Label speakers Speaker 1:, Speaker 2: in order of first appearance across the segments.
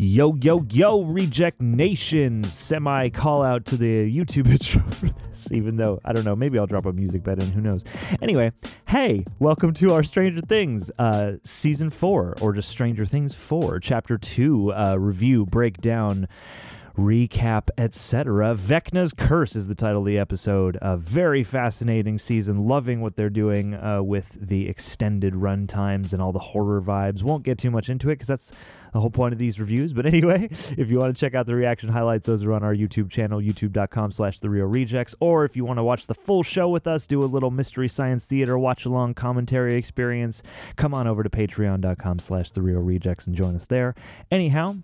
Speaker 1: Yo, yo, yo, Reject Nation. Semi call out to the YouTube intro for this, even though, I don't know, maybe I'll drop a music bed in, who knows. Anyway, hey, welcome to our Stranger Things uh, season four, or just Stranger Things 4, chapter two uh, review, breakdown recap, etc. Vecna's Curse is the title of the episode. A very fascinating season. Loving what they're doing uh, with the extended run times and all the horror vibes. Won't get too much into it because that's the whole point of these reviews. But anyway, if you want to check out the reaction highlights, those are on our YouTube channel, youtube.com slash the real rejects. Or if you want to watch the full show with us, do a little mystery science theater watch along commentary experience, come on over to patreon.com slash the real rejects and join us there. Anyhow,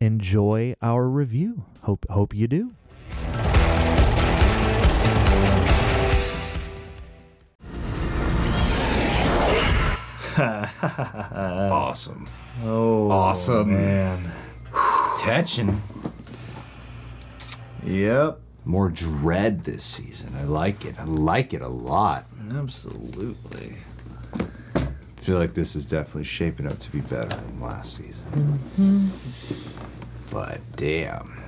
Speaker 1: enjoy our review. Hope hope you do.
Speaker 2: Awesome.
Speaker 3: Oh,
Speaker 2: Awesome.
Speaker 3: man.
Speaker 2: Tension.
Speaker 3: Yep,
Speaker 2: More dread this season. I like it. I like it a lot.
Speaker 3: absolutely.
Speaker 2: I feel like this is definitely shaping up to be better than last season. Mm-hmm. But damn,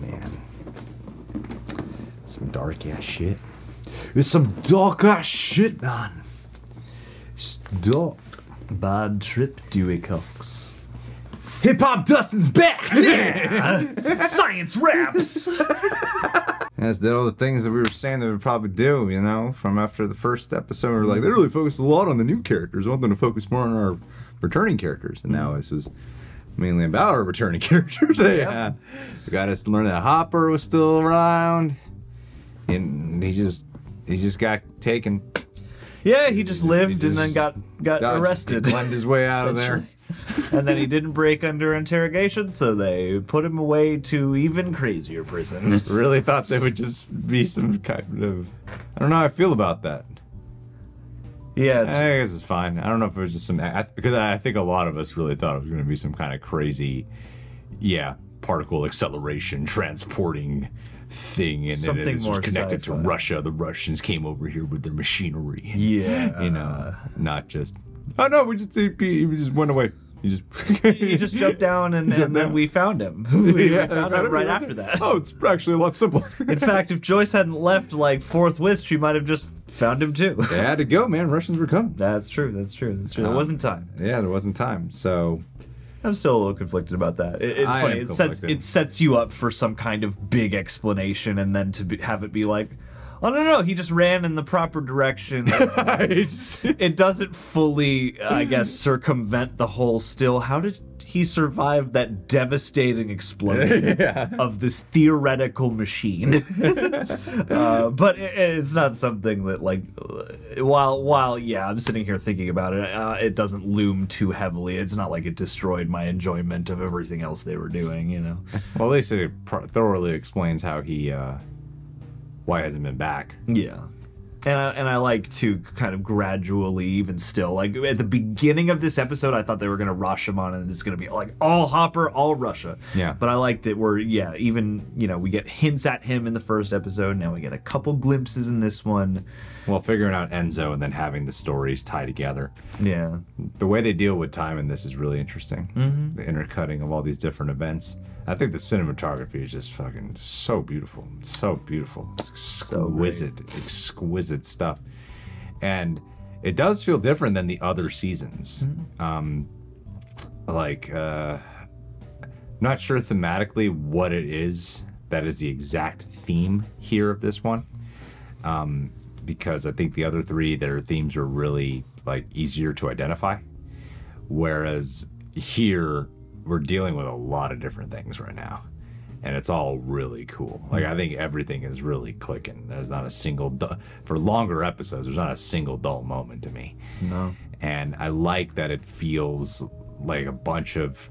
Speaker 2: man, some dark ass shit. There's some dark ass shit, man. It's dark.
Speaker 3: Bad trip, Dewey Cox.
Speaker 2: Hip hop Dustin's back.
Speaker 1: Science raps.
Speaker 2: That's did all the things that we were saying that we'd probably do, you know, from after the first episode. We were like, they really focused a lot on the new characters. I want them to focus more on our returning characters. And now this was mainly about our returning characters. yeah. We got us to learn that Hopper was still around. And he just he just got taken.
Speaker 3: Yeah, he just lived
Speaker 2: just
Speaker 3: and then got got
Speaker 2: dodged-
Speaker 3: arrested.
Speaker 2: He climbed his way out of there.
Speaker 3: and then he didn't break under interrogation, so they put him away to even crazier prison.
Speaker 2: Really thought they would just be some kind of I don't know how I feel about that.
Speaker 3: yeah, it's,
Speaker 2: I guess it's fine. I don't know if it was just some I- because I think a lot of us really thought it was going to be some kind of crazy, yeah, particle acceleration transporting thing, and then
Speaker 3: Something
Speaker 2: this was
Speaker 3: more
Speaker 2: connected to
Speaker 3: sci-fi.
Speaker 2: Russia. The Russians came over here with their machinery. and,
Speaker 3: yeah.
Speaker 2: you know, not just. Oh no, we just he, he just went away. He just
Speaker 3: He just jumped down, and,
Speaker 2: Jumped
Speaker 3: and then
Speaker 2: down.
Speaker 3: we found him. We- we,
Speaker 2: Yeah,
Speaker 3: found
Speaker 2: got
Speaker 3: him right
Speaker 2: yeah.
Speaker 3: after that.
Speaker 2: Oh, it's actually a lot simpler.
Speaker 3: In fact, if Joyce hadn't left like forthwith, she might have just found him too.
Speaker 2: they had to go, man. Russians were coming.
Speaker 3: That's true. That's true. That's true. It
Speaker 2: Um,
Speaker 3: wasn't time.
Speaker 2: Yeah, there wasn't time. So
Speaker 3: I'm still a little conflicted about that. It, it's
Speaker 2: I
Speaker 3: funny.
Speaker 2: am
Speaker 3: It sets
Speaker 2: conflicted.
Speaker 3: it sets you up for some kind of big explanation, and then to be, have it be like, oh no, no, he just ran in the proper direction. it doesn't fully, I guess, circumvent the whole. Still, how did he survive that devastating explosion
Speaker 2: Yeah.
Speaker 3: of this theoretical machine? uh, but it, it's not something that, like, uh, while while yeah, I'm sitting here thinking about it, uh, it doesn't loom too heavily. It's not like it destroyed my enjoyment of everything else they were doing. You know?
Speaker 2: Well, at least it pro- thoroughly explains how he, uh, why he hasn't been back.
Speaker 3: Yeah. And I, and I like to kind of gradually, even still, like at the beginning of this episode, I thought they were gonna rush him on, and it's gonna be like all Hopper, all Russia.
Speaker 2: Yeah.
Speaker 3: But I like that we're yeah, even you know we get hints at him in the first episode. Now we get a couple glimpses in this one.
Speaker 2: Well, figuring out Enzo and then having the stories tie together.
Speaker 3: Yeah.
Speaker 2: The way they deal with time in this is really interesting. Mm-hmm. The intercutting of all these different events. I think the cinematography is just fucking so beautiful. so beautiful. It's
Speaker 3: great.
Speaker 2: exquisite, exquisite stuff. And it does feel different than the other seasons. Um, like, uh, not sure thematically what it is that is the exact theme here of this one um, because I think the other three their themes are really like easier to identify, whereas here we're dealing with a lot of different things right now, and it's all really cool. Like I think everything is really clicking. There's not a single du- for longer episodes. There's not a single dull moment to me
Speaker 3: No.
Speaker 2: and I like that it feels like a bunch of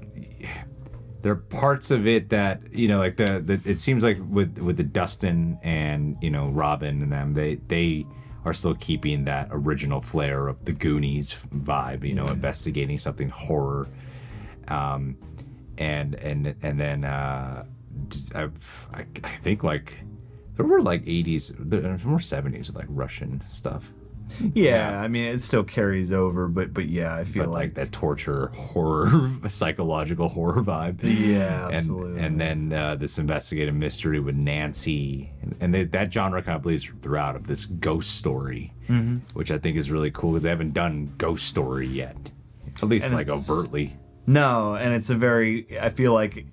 Speaker 2: there are parts of it that you know like the, the it seems like with with the Dustin and you know Robin and them they they are still keeping that original flair of the Goonies vibe you know investigating something horror um and and and then uh I, I, I think like there were like 80s there were 70s with like Russian stuff
Speaker 3: Yeah, I mean it still carries over, but but yeah, I feel
Speaker 2: but like
Speaker 3: like,
Speaker 2: that torture horror psychological horror vibe
Speaker 3: yeah,
Speaker 2: and
Speaker 3: absolutely.
Speaker 2: and then uh, this investigative mystery with Nancy, and, and they, that genre kind of bleeds throughout of this ghost story,
Speaker 3: Mm-hmm.
Speaker 2: which I think is really cool because they haven't done ghost story yet, at least
Speaker 3: And
Speaker 2: like
Speaker 3: it's-
Speaker 2: overtly.
Speaker 3: no, and it's a very I feel like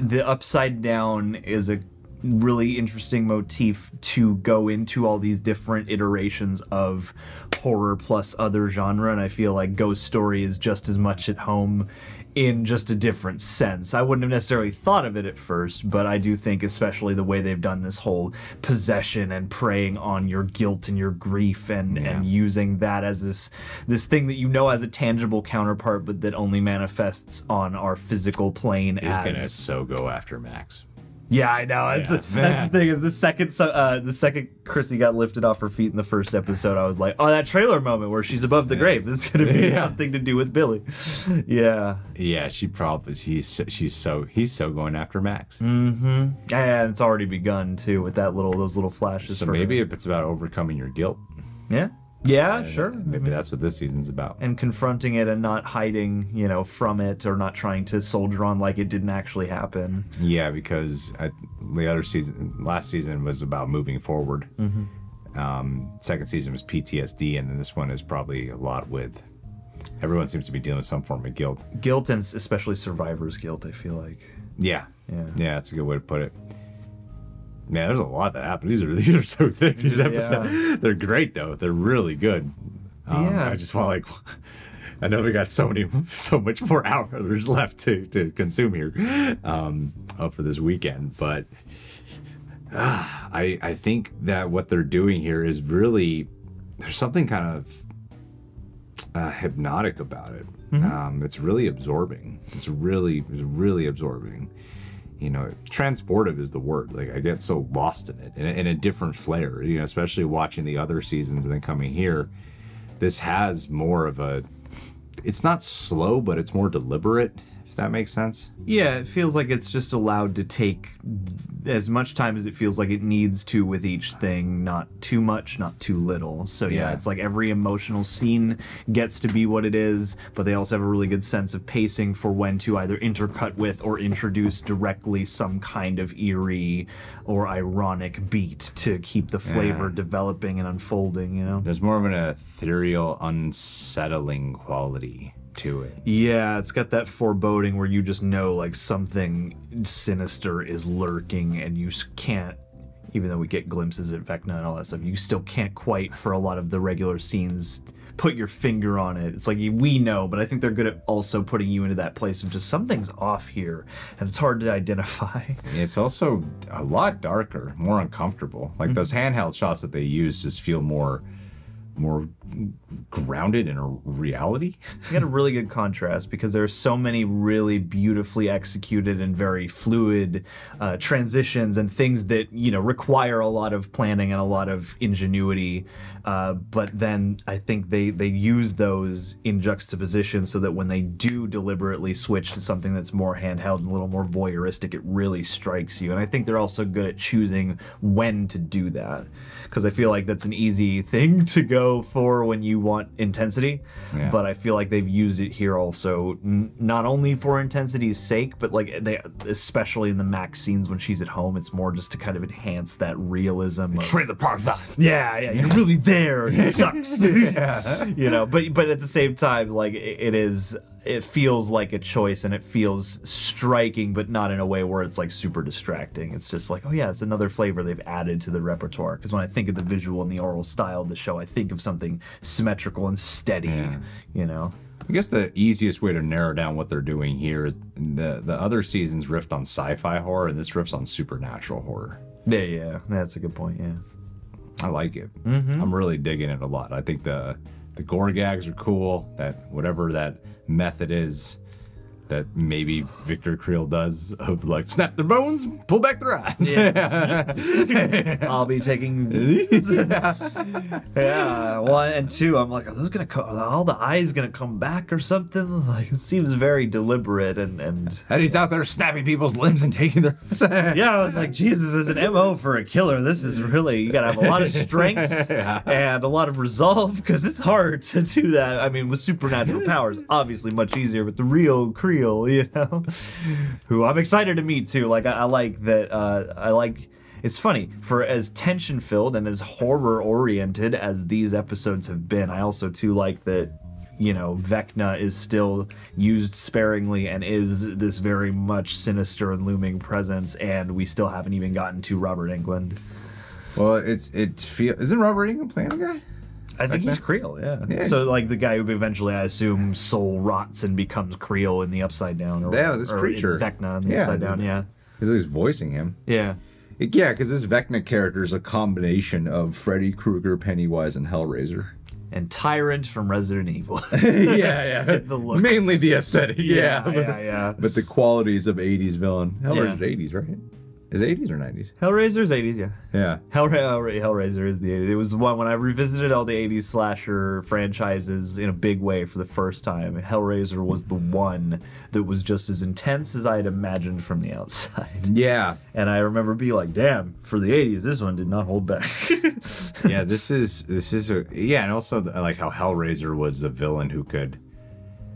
Speaker 3: the upside down is a really interesting motif to go into all these different iterations of horror plus other genre and I feel like ghost story is just as much at home in just a different sense. I wouldn't have necessarily thought of it at first, but I do think, especially the way they've done this whole possession and preying on your guilt and your grief, and
Speaker 2: Yeah.
Speaker 3: and using that as this this thing that you know as a tangible counterpart, but that only manifests on our physical plane
Speaker 2: Is
Speaker 3: as
Speaker 2: gonna so go after Max.
Speaker 3: yeah, I know. It's
Speaker 2: Yeah.
Speaker 3: that's the thing is the second so- uh, the second Chrissy got lifted off her feet in the first episode, I was like, oh, that trailer moment where she's above the grave. That's gonna be
Speaker 2: Yeah.
Speaker 3: something to do with Billy. Yeah.
Speaker 2: Yeah, she probably she's she's so he's so going after Max.
Speaker 3: Mm-hmm. And it's already begun too with that little those little flashes.
Speaker 2: So
Speaker 3: for
Speaker 2: maybe
Speaker 3: her.
Speaker 2: if it's about overcoming your guilt,
Speaker 3: yeah, yeah,
Speaker 2: uh,
Speaker 3: sure.
Speaker 2: Maybe that's what this season's about.
Speaker 3: And confronting it and not hiding, you know, from it or not trying to soldier on like it didn't actually happen.
Speaker 2: Yeah, because I, the other season, last season was about moving forward. Um, second season was PTSD, and then this one is probably a lot with. Everyone seems to be dealing with some form of guilt.
Speaker 3: Guilt and especially survivor's guilt. I feel like.
Speaker 2: Yeah,
Speaker 3: Yeah.
Speaker 2: yeah, that's a good way to put it. Man, there's a lot that happened. These are these are so thick. These episodes, they're great though. They're really good. Um,
Speaker 3: Yeah.
Speaker 2: I just want like, I know we got so many, so much more hours left to to consume here, um, uh, for this weekend. But ah, I I think that what they're doing here is really there's something kind of uh, hypnotic about it. Um, it's really absorbing. It's really it's really absorbing you know transportive is the word like i get so lost in it in a, in a different flair you know especially watching the other seasons and then coming here this has more of a it's not slow but it's more deliberate if that makes sense
Speaker 3: Yeah, it feels like it's just allowed to take as much time as it feels like it needs to with each thing, not too much, not too little. So yeah,
Speaker 2: Yeah.
Speaker 3: it's like every emotional scene gets to be what it is, but they also have a really good sense of pacing for when to either intercut with or introduce directly some kind of eerie or ironic beat to keep the flavor
Speaker 2: Yeah.
Speaker 3: developing and unfolding, you know.
Speaker 2: there's more of an ethereal unsettling quality to it
Speaker 3: Yeah, it's got that foreboding where you just know like something sinister is lurking and you s- can't even though we get glimpses at Vecna and all that stuff, you still can't quite for a lot of the regular scenes put your finger on it. It's like you- we know, but I think they're good at also putting you into that place of just something's off here and it's hard to identify.
Speaker 2: it's also a lot darker more uncomfortable like those handheld shots that they use just feel more more grounded in a reality
Speaker 3: You got a really good contrast because there are so many really beautifully executed and very fluid uh, transitions and things that you know require a lot of planning and a lot of ingenuity. Uh, but then I think they they use those in juxtaposition so that when they do deliberately switch to something that's more handheld and a little more voyeuristic, it really strikes you. And I think they're also good at choosing when to do that because I feel like that's an easy thing to go for when you want intensity
Speaker 2: Yeah.
Speaker 3: but I feel like they've used it here also, n- not only for intensity's sake, but like they, especially in the Max scenes when she's at home, it's more just to kind of enhance that realism. Of,
Speaker 2: the park
Speaker 3: yeah, yeah, you're really there. And it sucks, you know. But but at the same time, like i it is, it feels like a choice, and it feels striking, but not in a way where it's like super distracting. It's just like, oh yeah, it's another flavor they've added to the repertoire. Because when I think of the visual and the oral style of the show, I think of something symmetrical and steady,
Speaker 2: Yeah.
Speaker 3: you know.
Speaker 2: I guess the easiest way to narrow down what they're doing here is the the other seasons riffed on sci-fi horror and this riffs on supernatural horror.
Speaker 3: Yeah, yeah, that's a good point. Yeah,
Speaker 2: I like it. I'm really digging it a lot. I think the the gore gags are cool. That whatever that method is, that maybe Victor Creel does of like snap their bones, pull back their eyes.
Speaker 3: I'll be taking these. yeah, one and two. I'm like, are those gonna come? Are all the eyes gonna come back or something? Like, it seems very deliberate and and
Speaker 2: and he's out there snapping people's limbs and taking their.
Speaker 3: yeah. I was like, Jesus, as an mo for a killer, this is really you gotta have a lot of strength and a lot of resolve because it's hard to do that. I mean, with supernatural powers, obviously much easier. But the real Creel, you know, who I'm excited to meet too. Like, I, I like that. Uh, I like. It's funny, for as tension filled and as horror oriented as these episodes have been, I also too like that, you know, Vecna is still used sparingly and is this very much sinister and looming presence, and we still haven't even gotten to Robert England.
Speaker 2: Well, it's it feel isn't Robert England playing a guy?
Speaker 3: I think he's
Speaker 2: Vecna?
Speaker 3: Creel, yeah.
Speaker 2: Yeah.
Speaker 3: So like the guy who eventually I assume soul rots and becomes Creel in the Upside Down, or
Speaker 2: Yeah, this
Speaker 3: or in
Speaker 2: creature.
Speaker 3: Vecna in the
Speaker 2: Yeah,
Speaker 3: Upside Down,
Speaker 2: the-
Speaker 3: yeah,
Speaker 2: Because he's voicing him.
Speaker 3: yeah.
Speaker 2: It- yeah, because this Vecna character is a combination of Freddy Krueger, Pennywise, and Hellraiser.
Speaker 3: And Tyrant from Resident Evil.
Speaker 2: yeah, yeah.
Speaker 3: The look.
Speaker 2: Mainly the aesthetic. Yeah, but,
Speaker 3: yeah, yeah.
Speaker 2: but the qualities of '80s villain. Hellraiser's
Speaker 3: Yeah.
Speaker 2: '80s, right? Is it '80s or '90s?
Speaker 3: Hellraiser's 80s, yeah.
Speaker 2: Yeah.
Speaker 3: Hellra- Hellra- Hellraiser is the 80s. It was the one when I revisited all the 80s slasher franchises in a big way for the first time. Hellraiser was the one that was just as intense as I had imagined from the outside.
Speaker 2: Yeah.
Speaker 3: And I remember being like, damn, for the 80s, this one did not hold back.
Speaker 2: yeah this is this is a, yeah and also the, like how hellraiser was a villain who could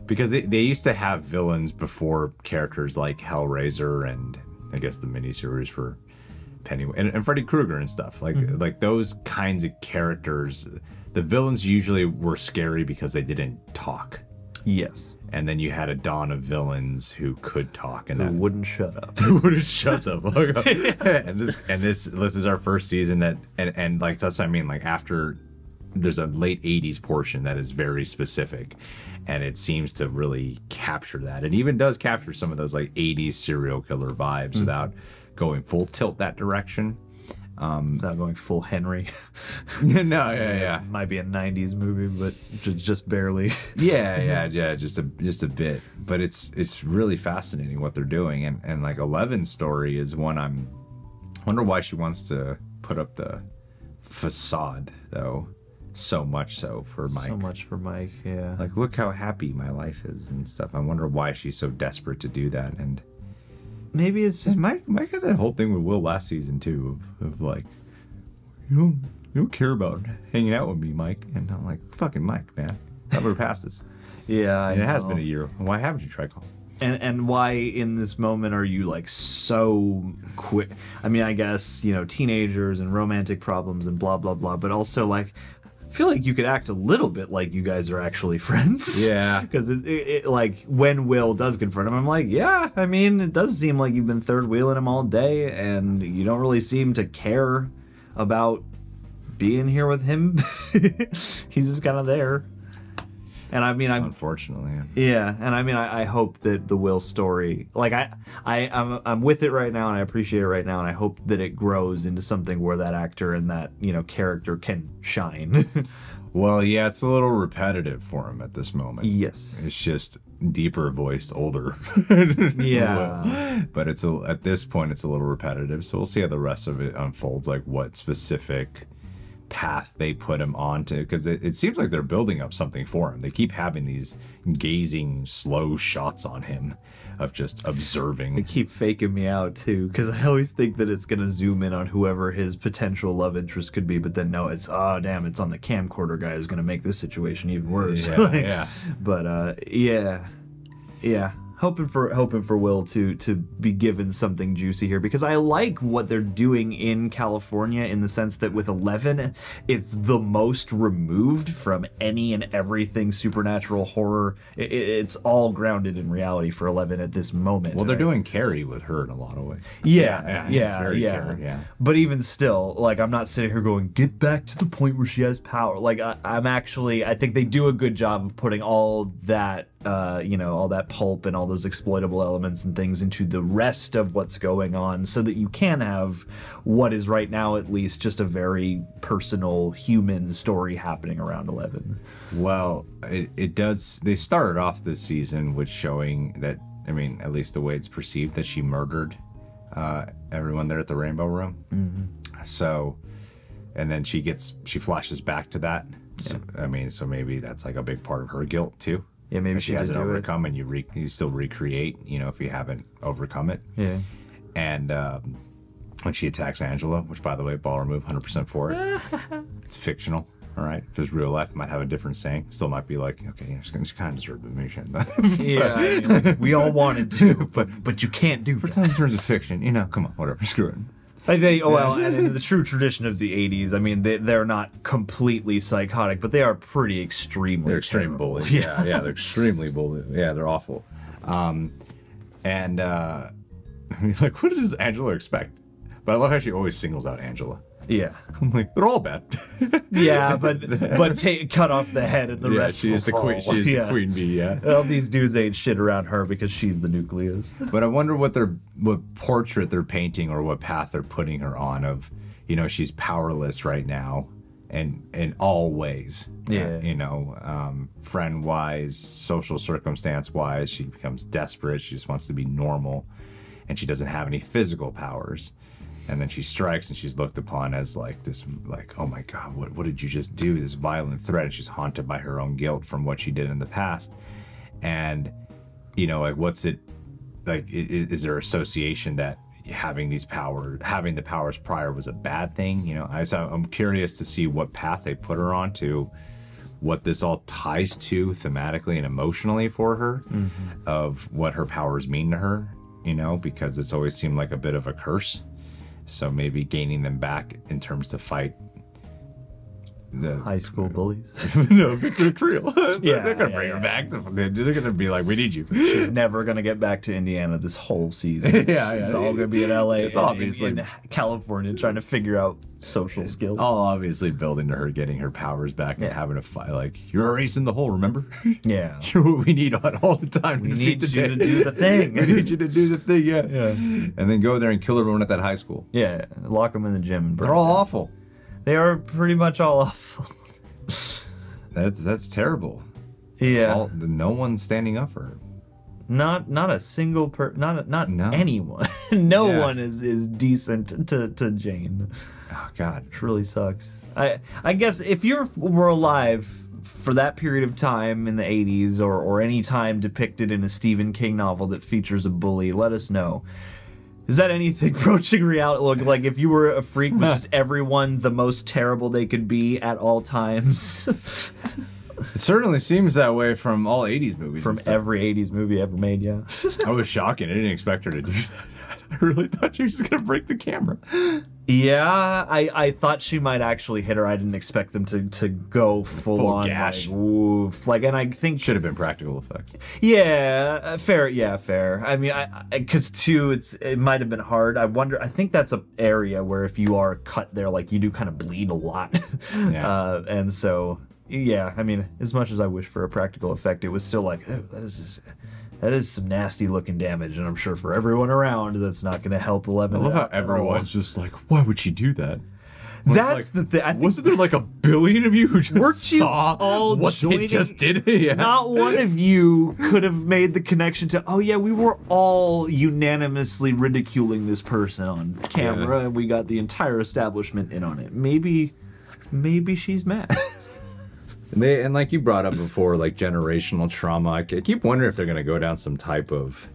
Speaker 2: because they, they used to have villains before characters like hellraiser and i guess the miniseries for pennywise and, and freddy krueger and stuff like like those kinds of characters the villains usually were scary because they didn't talk
Speaker 3: yes.
Speaker 2: and then you had a dawn of villains who could talk and
Speaker 3: It
Speaker 2: that
Speaker 3: wouldn't shut up.
Speaker 2: would have shut the fuck up. and this and this this is our first season that and and like that's what I mean. Like after there's a late '80s portion that is very specific, and it seems to really capture that. It even does capture some of those like '80s serial killer vibes without going full tilt that direction.
Speaker 3: Not going full Henry.
Speaker 2: no, yeah, yeah.
Speaker 3: It might be a 90s movie, but ju- just barely.
Speaker 2: yeah yeah yeah just a just a bit but it's it's really fascinating what they're doing and and like 11's story is one i'm I wonder why she wants to put up the facade though so much so for mike
Speaker 3: So much for Mike, yeah.
Speaker 2: like look how happy my life is and stuff i wonder why she's so desperate to do that and
Speaker 3: Maybe it's just
Speaker 2: just mike mike had that whole thing with will last season too of, of like you don't you don't care about hanging out with me mike and i'm like fucking mike man cover past this
Speaker 3: Yeah, I
Speaker 2: and it has
Speaker 3: know.
Speaker 2: been a year why haven't you tried calling
Speaker 3: And and why in this moment are you like so quick? I mean, I guess you know teenagers and romantic problems and blah blah blah, but also like. I feel like you could act a little bit like you guys are actually friends.
Speaker 2: Yeah.
Speaker 3: Because it, it, it, like when Will does confront him, I'm like, yeah. I mean, it does seem like you've been third wheeling him all day, and you don't really seem to care about being here with him. He's just kind of there. And I mean, I'm
Speaker 2: Unfortunately.
Speaker 3: Yeah, and I mean, I, I hope that the Will story, like I, I, I'm, I'm with it right now, and I appreciate it right now, and I hope that it grows into something where that actor and that you know character can shine.
Speaker 2: Well, yeah, it's a little repetitive for him at this moment.
Speaker 3: yes.
Speaker 2: It's just deeper voiced, older.
Speaker 3: Yeah.
Speaker 2: But, but it's a, at this point, it's a little repetitive. So we'll see how the rest of it unfolds, like what specific path they put him onto. Because it, it seems like they're building up something for him. They keep having these gazing, slow shots on him of just
Speaker 3: They
Speaker 2: observing.
Speaker 3: keep faking me out too, because I always think that it's gonna zoom in on whoever his potential love interest could be, but then no, it's oh damn, it's on the camcorder guy who's gonna make this situation even worse.
Speaker 2: Yeah,
Speaker 3: Like,
Speaker 2: yeah.
Speaker 3: But uh, yeah, yeah. Hoping for hoping for Will to to be given something juicy here because I like what they're doing in California in the sense that with Eleven, it's the most removed from any and everything supernatural horror. I- i it's all grounded in reality for Eleven at this moment.
Speaker 2: Well, they're
Speaker 3: doing.
Speaker 2: doing Carrie with her in a lot of ways.
Speaker 3: Yeah, yeah,
Speaker 2: Yeah, it's
Speaker 3: yeah.
Speaker 2: very Karen, yeah.
Speaker 3: But even still, like I'm not sitting here going, "Get back to the point where she has power." Like I, I'm actually, I think they do a good job of putting all that, uh, you know, all that pulp and all those exploitable elements and things into the rest of what's going on, so that you can have what is right now, at least, just a very personal human story happening around Eleven.
Speaker 2: Well, it, it does. They started off this season with showing that I mean, at least the way it's perceived that she murdered uh, everyone there at the Rainbow Room.
Speaker 3: Mm-hmm.
Speaker 2: So, and then she gets she flashes back to that. So, I mean, so maybe that's like a big part of her guilt too.
Speaker 3: Yeah, maybe
Speaker 2: If she
Speaker 3: she
Speaker 2: hasn't
Speaker 3: did do it.
Speaker 2: overcome, and you re- you still recreate. You know, if you haven't overcome it,
Speaker 3: Yeah.
Speaker 2: and um, when she attacks Angela, which by the way, ball remove, 100% for it. it's fictional. All right, if it's real life, it might have a different saying. Still might be like, okay, you know, she kind of deserved the mission.
Speaker 3: Yeah. I mean, we all wanted to, but but you can't do
Speaker 2: First time in terms of fiction, you know, come on, whatever, screw it.
Speaker 3: Like they, oh, well, and in the true tradition of the '80s, I mean, they, they're not completely psychotic, but they are pretty extremely.
Speaker 2: They're extreme
Speaker 3: terrible.
Speaker 2: bullies. Yeah, yeah, they're extremely bullies. Yeah, they're awful. Um, and uh, I mean, like, what does Angela expect? But I love how she always singles out Angela.
Speaker 3: Yeah,
Speaker 2: I'm like, they're all bad.
Speaker 3: yeah, but but ta cut off the head and the
Speaker 2: yeah,
Speaker 3: rest.
Speaker 2: she
Speaker 3: will
Speaker 2: is the queen.
Speaker 3: fall.
Speaker 2: She is
Speaker 3: Yeah.
Speaker 2: the queen bee. Yeah.
Speaker 3: All these dudes ain't shit around her because she's the nucleus.
Speaker 2: But I wonder what their what portrait they're painting or what path they're putting her on of, you know, she's powerless right now, and in all ways.
Speaker 3: Yeah.
Speaker 2: you know, um, friend wise, social circumstance wise, she becomes desperate. She just wants to be normal, and she doesn't have any physical powers. And then she strikes, and she's looked upon as like this, like, oh my god, what what did you just do? This violent threat, and she's haunted by her own guilt from what she did in the past, and you know, like, what's it like i- i- is there association that having these power having the powers prior was a bad thing you know i so i'm curious to see what path they put her on to what this all ties to thematically and emotionally for her
Speaker 3: Mm-hmm.
Speaker 2: of what her powers mean to her you know because it's always seemed like a bit of a curse so maybe gaining them back in terms to fight the
Speaker 3: High school bullies.
Speaker 2: no Creel.
Speaker 3: Yeah,
Speaker 2: they're gonna
Speaker 3: yeah,
Speaker 2: bring
Speaker 3: yeah.
Speaker 2: her back to, they're gonna be like we need you
Speaker 3: She's never gonna get back to Indiana this whole season.
Speaker 2: Yeah, yeah.
Speaker 3: She's all gonna be in LA.
Speaker 2: It's
Speaker 3: and,
Speaker 2: obviously-
Speaker 3: in California trying to figure out social skills.
Speaker 2: all obviously building to her getting her powers back and having a fight. Like you're a ace in the hole, remember?
Speaker 3: yeah.
Speaker 2: You're what we need on all the time.
Speaker 3: We
Speaker 2: to
Speaker 3: need
Speaker 2: defeat
Speaker 3: you to
Speaker 2: the
Speaker 3: do the
Speaker 2: day. we
Speaker 3: thing.
Speaker 2: need you to do the thing, yeah. yeah. And then go there and kill everyone at that high school.
Speaker 3: yeah, lock them in the gym. and burn
Speaker 2: They're all
Speaker 3: them.
Speaker 2: awful.
Speaker 3: They are pretty much all awful.
Speaker 2: That's that's terrible.
Speaker 3: Yeah.
Speaker 2: All, no one's standing up for her.
Speaker 3: Not not a single per not not
Speaker 2: No.
Speaker 3: anyone. no
Speaker 2: Yeah.
Speaker 3: one is is decent to to Jane.
Speaker 2: Oh God.
Speaker 3: It really sucks. I I guess if you were alive for that period of time in the 80s or or any time depicted in a Stephen King novel that features a bully, let us know. Is that anything approaching reality? Look, like if you were a freak with just everyone the most terrible they could be at all times
Speaker 2: It certainly seems that way from all '80s movies.
Speaker 3: from
Speaker 2: and stuff.
Speaker 3: every 80s movie ever made, yeah.
Speaker 2: I was shocking. I didn't expect her to do that. I really thought she was just gonna break the camera.
Speaker 3: Yeah, I, I thought she might actually hit her. I didn't expect them to, to go full,
Speaker 2: Full
Speaker 3: on
Speaker 2: gash.
Speaker 3: like woof. Like, and I think
Speaker 2: Should have been practical effects.
Speaker 3: yeah, uh, fair. Yeah, fair. I mean, I because two, it's it might have been hard. I wonder. I think that's a area where if you are cut there, like you do kind of bleed a lot.
Speaker 2: Yeah.
Speaker 3: Uh, and so yeah, I mean, as much as I wish for a practical effect, it was still like oh, that is. That is some nasty looking damage, and I'm sure for everyone around, that's not going to help
Speaker 2: I
Speaker 3: Eleven.
Speaker 2: love how
Speaker 3: out at all.
Speaker 2: everyone's just like, why would she do that? When it's
Speaker 3: That's
Speaker 2: like,
Speaker 3: the thing. I think
Speaker 2: Wasn't there like a billion of you who just
Speaker 3: Weren't you
Speaker 2: saw
Speaker 3: all
Speaker 2: what
Speaker 3: joining-
Speaker 2: they just did? yeah.
Speaker 3: not one of you could have made the connection to, oh yeah, we were all unanimously ridiculing this person on camera, and we got the entire establishment in on it. Maybe, maybe she's mad.
Speaker 2: And They and like you brought up before, like generational trauma. I ke- keep wondering if they're gonna go down some type of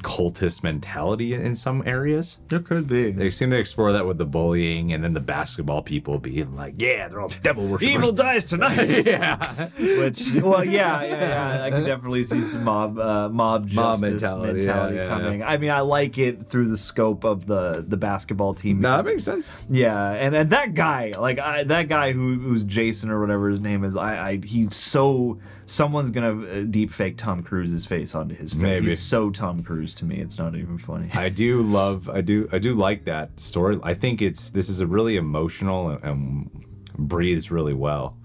Speaker 2: cultist mentality in some areas.
Speaker 3: It could be.
Speaker 2: They seem to explore that with the bullying and then the basketball people being like, yeah, they're all devil worshippers.
Speaker 3: Evil dies tonight.
Speaker 2: yeah.
Speaker 3: Which, well, yeah, yeah, yeah. I can definitely see some mob, uh, mob justice
Speaker 2: Mob
Speaker 3: mentality,
Speaker 2: mentality, yeah, yeah,
Speaker 3: coming. I mean, I like it through the scope of the the basketball team.
Speaker 2: No, that makes sense.
Speaker 3: Yeah, and, and that guy, like I, that guy who who's Jason or whatever his name is, I, I he's so someone's gonna deep fake Tom Cruise's face onto his face.
Speaker 2: Maybe.
Speaker 3: He's so Tom Cruise to me, it's not even funny.
Speaker 2: I do love I do I do like that story. I think it's this is a really emotional and, and breathes really well.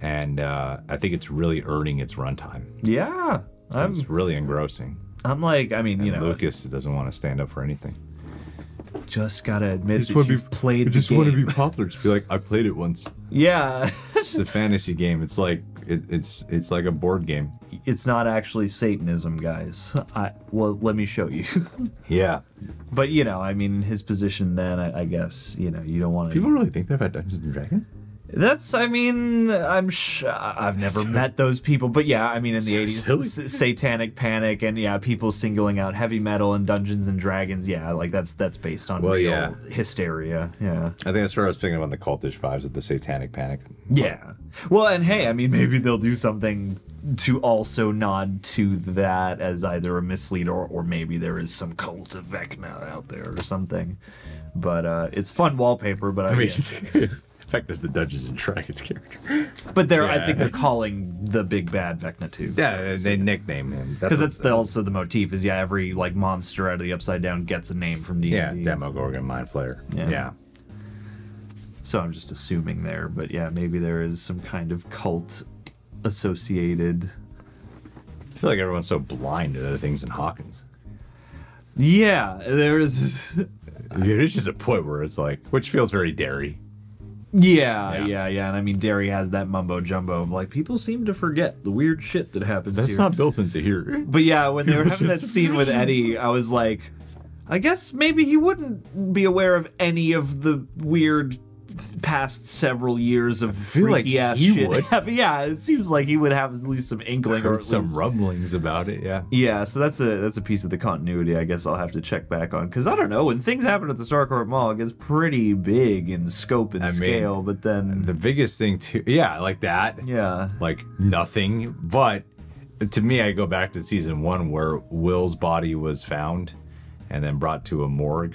Speaker 2: And uh, I think it's really earning its runtime.
Speaker 3: Yeah, I'm
Speaker 2: It's really engrossing.
Speaker 3: I'm like I mean you know
Speaker 2: Lucas doesn't want to stand up for anything.
Speaker 3: just gotta admit that
Speaker 2: wanna
Speaker 3: you've played
Speaker 2: I just
Speaker 3: the
Speaker 2: want to
Speaker 3: game.
Speaker 2: be popular. Just be like, I played it once.
Speaker 3: yeah,
Speaker 2: It's a fantasy game. It's like It, it's it's like a board game.
Speaker 3: It's not actually Satanism, guys. I well, let me show you.
Speaker 2: Yeah.
Speaker 3: but you know, I mean, in his position then, I, I guess you know you don't want
Speaker 2: People really think they've had Dungeons and Dragons.
Speaker 3: That's, I mean, I'm sh- I've never met those people, but yeah, I mean, in the
Speaker 2: So
Speaker 3: 80s, s- satanic panic, and yeah, people singling out heavy metal and Dungeons and Dragons, yeah, like that's that's based on
Speaker 2: Well,
Speaker 3: real
Speaker 2: yeah.
Speaker 3: hysteria, yeah,
Speaker 2: I think that's where I was picking up on the cultish vibes of the Satanic Panic.
Speaker 3: yeah. Well, and hey, I mean, maybe they'll do something to also nod to that as either a mislead or or maybe there is some cult of Vecna out there or something. But uh, it's fun wallpaper, but I,
Speaker 2: I mean,
Speaker 3: mean,
Speaker 2: in fact, it's the Dungeons and Dragons character.
Speaker 3: but they're I
Speaker 2: yeah.
Speaker 3: think they're calling the big bad Vecna too.
Speaker 2: Yeah, they nickname him
Speaker 3: because that's the, also the motif is yeah every like monster out of the upside down gets a name from D&D.
Speaker 2: yeah Demogorgon Mind Flayer.
Speaker 3: Yeah.
Speaker 2: yeah.
Speaker 3: So I'm just assuming there, but yeah, maybe there is some kind of cult associated.
Speaker 2: I feel like everyone's so blind to the other things in Hawkins.
Speaker 3: Yeah, there is.
Speaker 2: There's just a point where it's like, which feels very dairy.
Speaker 3: yeah, yeah,
Speaker 2: Yeah.
Speaker 3: yeah, And I mean, Derry has that mumbo jumbo of like people seem to forget the weird shit that happens.
Speaker 2: That's
Speaker 3: here.
Speaker 2: not built into here.
Speaker 3: But yeah, when they were
Speaker 2: People
Speaker 3: having that
Speaker 2: just-
Speaker 3: scene with Eddie, I was like, I guess maybe he wouldn't be aware of any of the weird past several years of
Speaker 2: feel like
Speaker 3: freaky ass
Speaker 2: he
Speaker 3: shit.
Speaker 2: would.
Speaker 3: yeah, it seems like he would have at least some inkling or
Speaker 2: Heard
Speaker 3: at
Speaker 2: some
Speaker 3: least-
Speaker 2: rumblings about it. Yeah.
Speaker 3: yeah, so that's a that's a piece of the continuity. I guess I'll have to check back on because I don't know when things happen at the Starcourt Mall, it gets pretty big in scope and
Speaker 2: I mean,
Speaker 3: scale. but then,
Speaker 2: The biggest thing too. Yeah, like that.
Speaker 3: yeah,
Speaker 2: Like nothing. But to me, I go back to season one where Will's body was found and then brought to a morgue.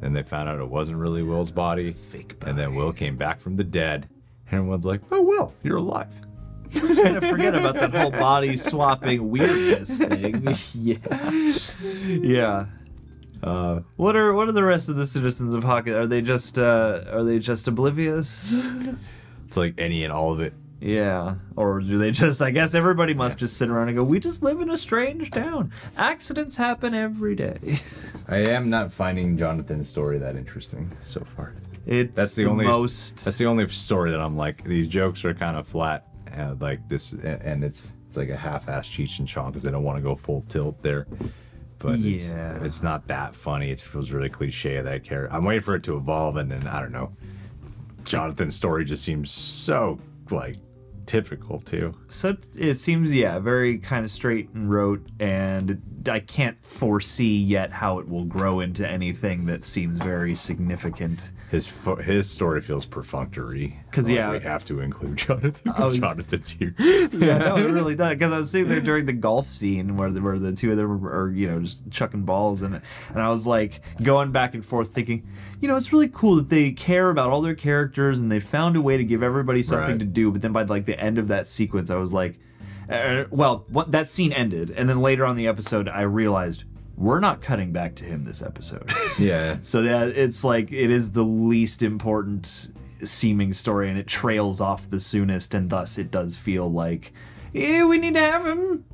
Speaker 2: Then they found out it wasn't really Will's body.
Speaker 3: fake.
Speaker 2: And then Will came back from the dead. And everyone's like, oh, Will, you're alive.
Speaker 3: kind of forget about that whole body swapping weirdness thing. yeah. Yeah.
Speaker 2: Uh,
Speaker 3: What are what are the rest of the citizens of Hawkins? Are they just uh are they just oblivious?
Speaker 2: it's like any and all of it.
Speaker 3: yeah. Or do they just I guess everybody must just sit around and go, "We just live in a strange town. Accidents happen every day."
Speaker 2: I am not finding Jonathan's story that interesting so far.
Speaker 3: It's
Speaker 2: That's the, only
Speaker 3: most
Speaker 2: That's the only story that I'm like these jokes are kind of flat, uh, like this, and it's it's like a half-assed Cheech and Chong because they don't want to go full tilt there. But
Speaker 3: Yeah.
Speaker 2: it's, it's not that funny. It feels really cliche of that character. I'm waiting for it to evolve, and then I don't know. Jonathan's story just seems so like typical too.
Speaker 3: so it seems yeah, very kind of straight and rote and I can't foresee yet how it will grow into anything that seems very significant.
Speaker 2: His fo- his story feels perfunctory.
Speaker 3: 'Cause,
Speaker 2: Like,
Speaker 3: yeah. Oh,
Speaker 2: we have to include Jonathan
Speaker 3: I
Speaker 2: because
Speaker 3: was-
Speaker 2: Jonathan's here.
Speaker 3: Yeah, no, it really does. Because I was sitting there during the golf scene where the, where the two of them are, you know, just chucking balls, and and I was like going back and forth, thinking, you know, it's really cool that they care about all their characters and they found a way to give everybody something
Speaker 2: Right.
Speaker 3: to do. But then by like the end of that sequence, I was like, uh, well, what, that scene ended, and then later on the episode, I realized we're not cutting back to him this episode.
Speaker 2: yeah.
Speaker 3: So that it's like it is the least important seeming story, and it trails off the soonest, and thus it does feel like, yeah, we need to have him,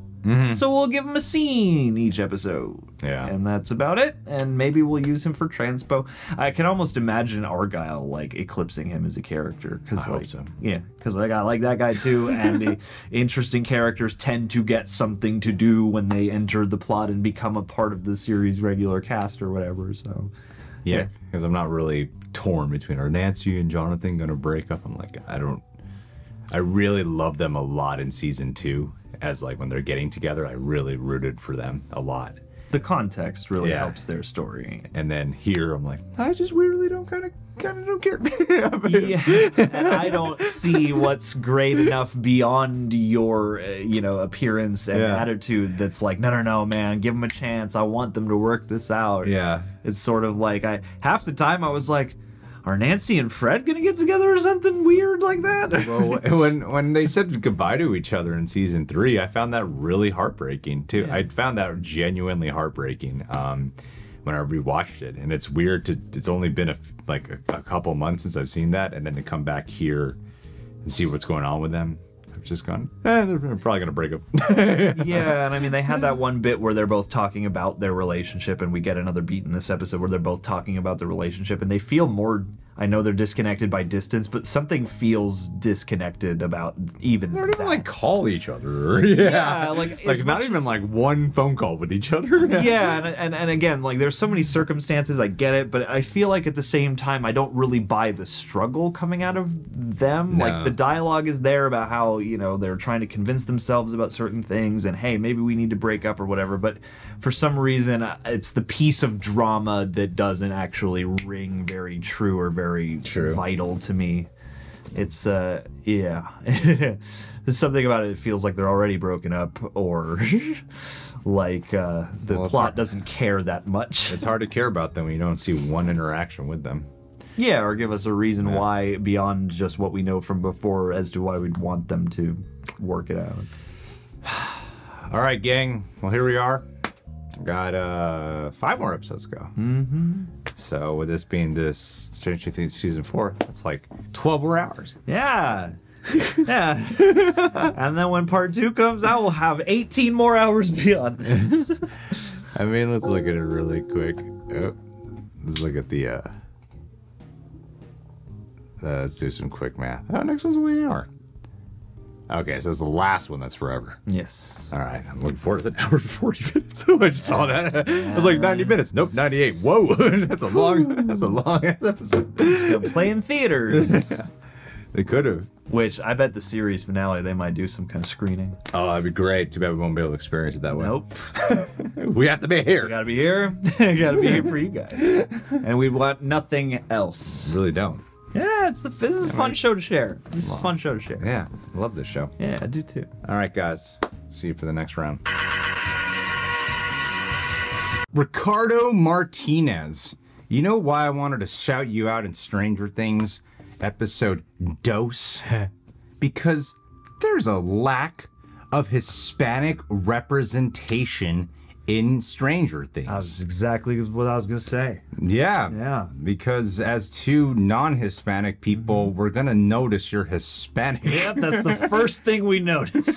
Speaker 3: so we'll give him a scene each episode.
Speaker 2: Mm-hmm. Yeah.
Speaker 3: and that's about it. And maybe we'll use him for transpo. I can almost imagine Argyle like eclipsing him as a character because
Speaker 2: I hope so.
Speaker 3: yeah, because like I like that guy too, and the interesting characters tend to get something to do when they enter the plot and become a part of the series regular cast or whatever. So
Speaker 2: Yeah, because I'm not really torn between are Nancy and Jonathan gonna break up. I'm like, I don't. I really love them a lot in season two. As like when they're getting together, I really rooted for them a lot.
Speaker 3: the context really
Speaker 2: Yeah.
Speaker 3: helps their story.
Speaker 2: And then here, I'm like, I just weirdly don't kind of kind of don't care. But-
Speaker 3: Yeah, and I don't see what's great enough beyond your, uh, you know, appearance and
Speaker 2: Yeah.
Speaker 3: attitude. That's like, no, no, no, man, give them a chance. I want them to work this out.
Speaker 2: yeah.
Speaker 3: It's sort of like I half the time I was like, are Nancy and Fred gonna get together or something weird like that?
Speaker 2: Well, when when they said goodbye to each other in season three, I found that really heartbreaking too. I found that genuinely heartbreaking um, when I rewatched it, and it's weird to. It's only been a f- like a, a couple months since I've seen that, and then to come back here and see what's going on with them, I've just gone. Eh, they're probably gonna break up.
Speaker 3: yeah, and I mean they had that one bit where they're both talking about their relationship, and we get another beat in this episode where they're both talking about the relationship, and they feel more. I know they're disconnected by distance, but something feels disconnected about even
Speaker 2: They don't
Speaker 3: that.
Speaker 2: even like call each other. Yeah,
Speaker 3: like, as
Speaker 2: like not
Speaker 3: much
Speaker 2: even
Speaker 3: as-
Speaker 2: like one phone call with each other.
Speaker 3: yeah, and, and and again, like there's so many circumstances. I get it, but I feel like at the same time, I don't really buy the struggle coming out of them.
Speaker 2: No.
Speaker 3: Like the dialogue is there about how you know they're trying to convince themselves about certain things, and hey, maybe we need to break up or whatever. But for some reason, uh, it's the piece of drama that doesn't actually ring very true or very
Speaker 2: True.
Speaker 3: vital to me. It's uh yeah. There's something about it that feels like they're already broken up or like uh the
Speaker 2: Well, it's
Speaker 3: plot
Speaker 2: hard-
Speaker 3: doesn't care that much.
Speaker 2: It's hard to care about them when you don't see one interaction with them.
Speaker 3: Yeah, or give us a reason why beyond just what we know from before as to why we'd want them to work it out.
Speaker 2: All right, gang. Well, here we are. Got uh five more episodes to go. Mm-hmm. So with this being this Stranger Things season four, that's like twelve more hours.
Speaker 3: Yeah. yeah. and then when part 2 comes out, we'll have 18 more hours beyond. this.
Speaker 2: I mean, let's look at it really quick. Oh, let's look at the. uh uh, Let's do some quick math. Oh, next one's only an hour. Okay, so it's the last one that's forever.
Speaker 3: yes.
Speaker 2: All right, I'm looking forward to an hour and 40 minutes. I just saw that. I was like 90 minutes. Nope, 98. Whoa, that's a long, that's a long ass episode.
Speaker 3: Go play in theaters,
Speaker 2: They could have.
Speaker 3: which I bet the series finale they might do some kind of screening.
Speaker 2: Oh, that'd be great. Too bad we won't be able to experience it that way.
Speaker 3: Nope.
Speaker 2: We have to be here.
Speaker 3: We gotta be here. we gotta be here for you guys. And we want nothing else.
Speaker 2: really don't.
Speaker 3: Yeah, it's the this is a fun show to share. This is a fun show to share.
Speaker 2: Yeah, I love this show.
Speaker 3: Yeah, I do too.
Speaker 2: All right, guys. See you for the next round. Ricardo Martinez. You know why I wanted to shout you out in Stranger Things episode Dose? because there's a lack of Hispanic representation in Stranger Things.
Speaker 3: exactly what I was gonna say.
Speaker 2: yeah.
Speaker 3: Yeah.
Speaker 2: Because as two non Hispanic people, we're going to notice you're Hispanic.
Speaker 3: Yep, that's the first thing we noticed.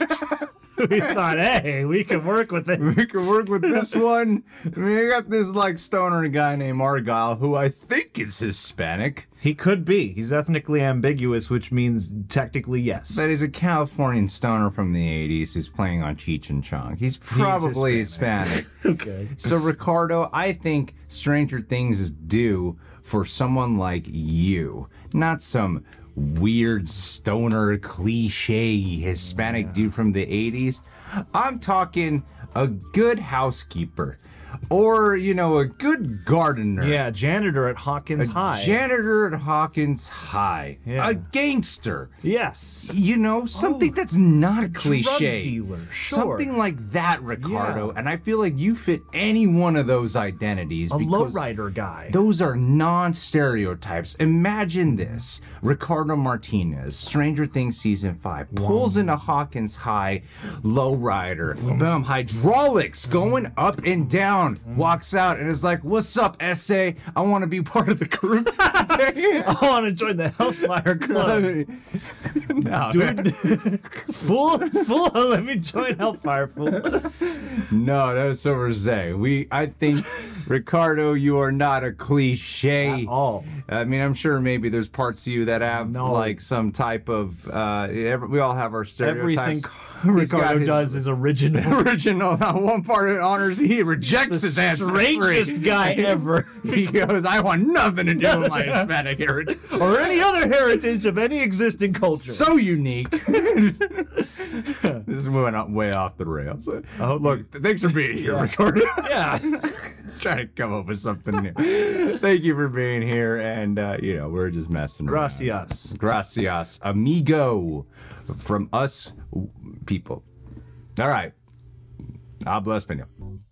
Speaker 3: we thought, hey, we can work with it.
Speaker 2: we can work with this one. I mean, I got this like stoner guy named Argyle who I think is Hispanic,
Speaker 3: He could be. He's ethnically ambiguous, which means technically yes.
Speaker 2: but he's a Californian stoner from the 80s who's playing on Cheech and Chong. He's probably Hispanic.
Speaker 3: okay.
Speaker 2: so, Ricardo, I think Stranger Things is due for someone like you, not some weird stoner cliche Hispanic dude from the 80s. I'm talking a good housekeeper. Or, you know, a good gardener.
Speaker 3: Yeah, janitor at Hawkins High.
Speaker 2: Janitor at Hawkins High.
Speaker 3: Yeah.
Speaker 2: A gangster.
Speaker 3: yes.
Speaker 2: You know, something that's not cliche.
Speaker 3: Oh, dealer, sure.
Speaker 2: Something like that, Ricardo.
Speaker 3: Yeah.
Speaker 2: And I feel like you fit any one of those identities.
Speaker 3: A
Speaker 2: because
Speaker 3: lowrider guy.
Speaker 2: Those are non stereotypes. Imagine this Ricardo Martinez, Stranger Things Season 5, pulls into Hawkins High, lowrider, boom, hydraulics going up and down,
Speaker 3: Mm.
Speaker 2: walks out and is like, What's up, SA? I want to be part of the crew today.
Speaker 3: I want to join the Hellfire Club.
Speaker 2: no,
Speaker 3: Dude, fool, fool, let me join Hellfire, fool.
Speaker 2: no, that's what we're saying. We, I think, Ricardo, you are not a cliche.
Speaker 3: At all.
Speaker 2: I mean, I'm sure maybe there's parts of you that have
Speaker 3: No.
Speaker 2: like some type of. Uh, every, we all have our
Speaker 3: Everything
Speaker 2: stereotypes. He's got
Speaker 3: Ricardo
Speaker 2: his
Speaker 3: does is original.
Speaker 2: Original, not one part it honors he rejects his ancestry.
Speaker 3: Straightest guy ever.
Speaker 2: He goes, I want nothing to do with my Hispanic heritage.
Speaker 3: or any other heritage of any existing culture.
Speaker 2: so unique. this is went up way off the rails.
Speaker 3: hope
Speaker 2: Look, thanks for being here, Ricardo.
Speaker 3: yeah.
Speaker 2: Trying to come up with something new. Thank you for being here, and uh, you know we're just messing around.
Speaker 3: Gracias.
Speaker 2: Gracias, amigo, from us people. All right, habla español.